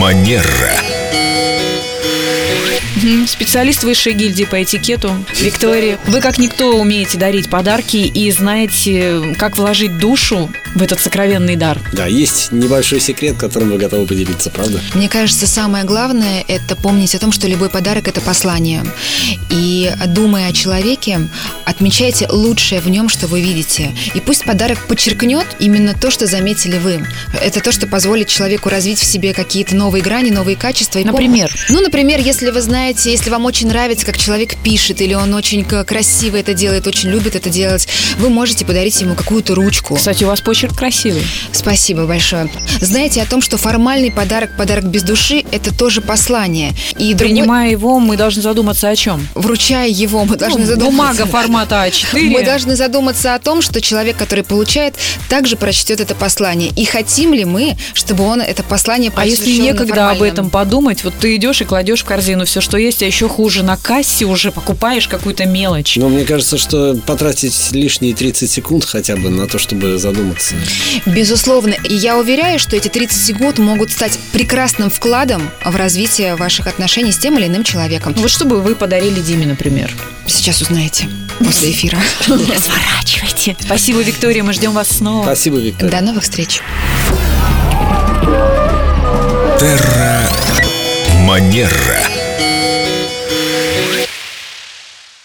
Манера. Мгм. Специалист высшей гильдии по этикету Виктория. Вы как никто умеете дарить подарки и знаете, как вложить душу в этот сокровенный дар. Да, есть небольшой секрет, которым вы готовы поделиться, правда? Мне кажется, самое главное – это помнить о том, что любой подарок – это послание. И, думая о человеке, отмечайте лучшее в нем, что вы видите. И пусть подарок подчеркнет именно то, что заметили вы. Это то, что позволит человеку развить в себе какие-то новые грани, новые качества. И пом- Например? Ну, например, если вы знаете, если вам очень нравится, как человек пишет, или он очень к- красиво это делает, очень любит это делать, вы можете подарить ему какую-то ручку. Кстати, у вас почерк красивый. Спасибо большое. Знаете о том, что формальный подарок, подарок без души, это тоже послание. И другой- Принимая его, мы должны задуматься о чем? вручая его, мы должны Ну, задуматься. Бумага формата А А4. Мы должны задуматься о том, что человек, который получает, также прочтет это послание. И хотим ли мы, чтобы он это послание А прочел если именно некогда об формально? этом подумать, вот ты идешь и кладешь в корзину все, что есть, а еще хуже, на кассе уже покупаешь какую-то мелочь. Но мне кажется, что потратить лишние 30 секунд хотя бы на то, чтобы задуматься. Безусловно. И я уверяю, что эти 30 секунд могут стать прекрасным вкладом в развитие ваших отношений с тем или иным человеком. Ну, Вот что бы вы подарили Диме, например? Сейчас узнаете после эфира. Сворачивайте. Спасибо, Виктория, мы ждем вас снова. Спасибо, Виктор. До новых встреч. Манера.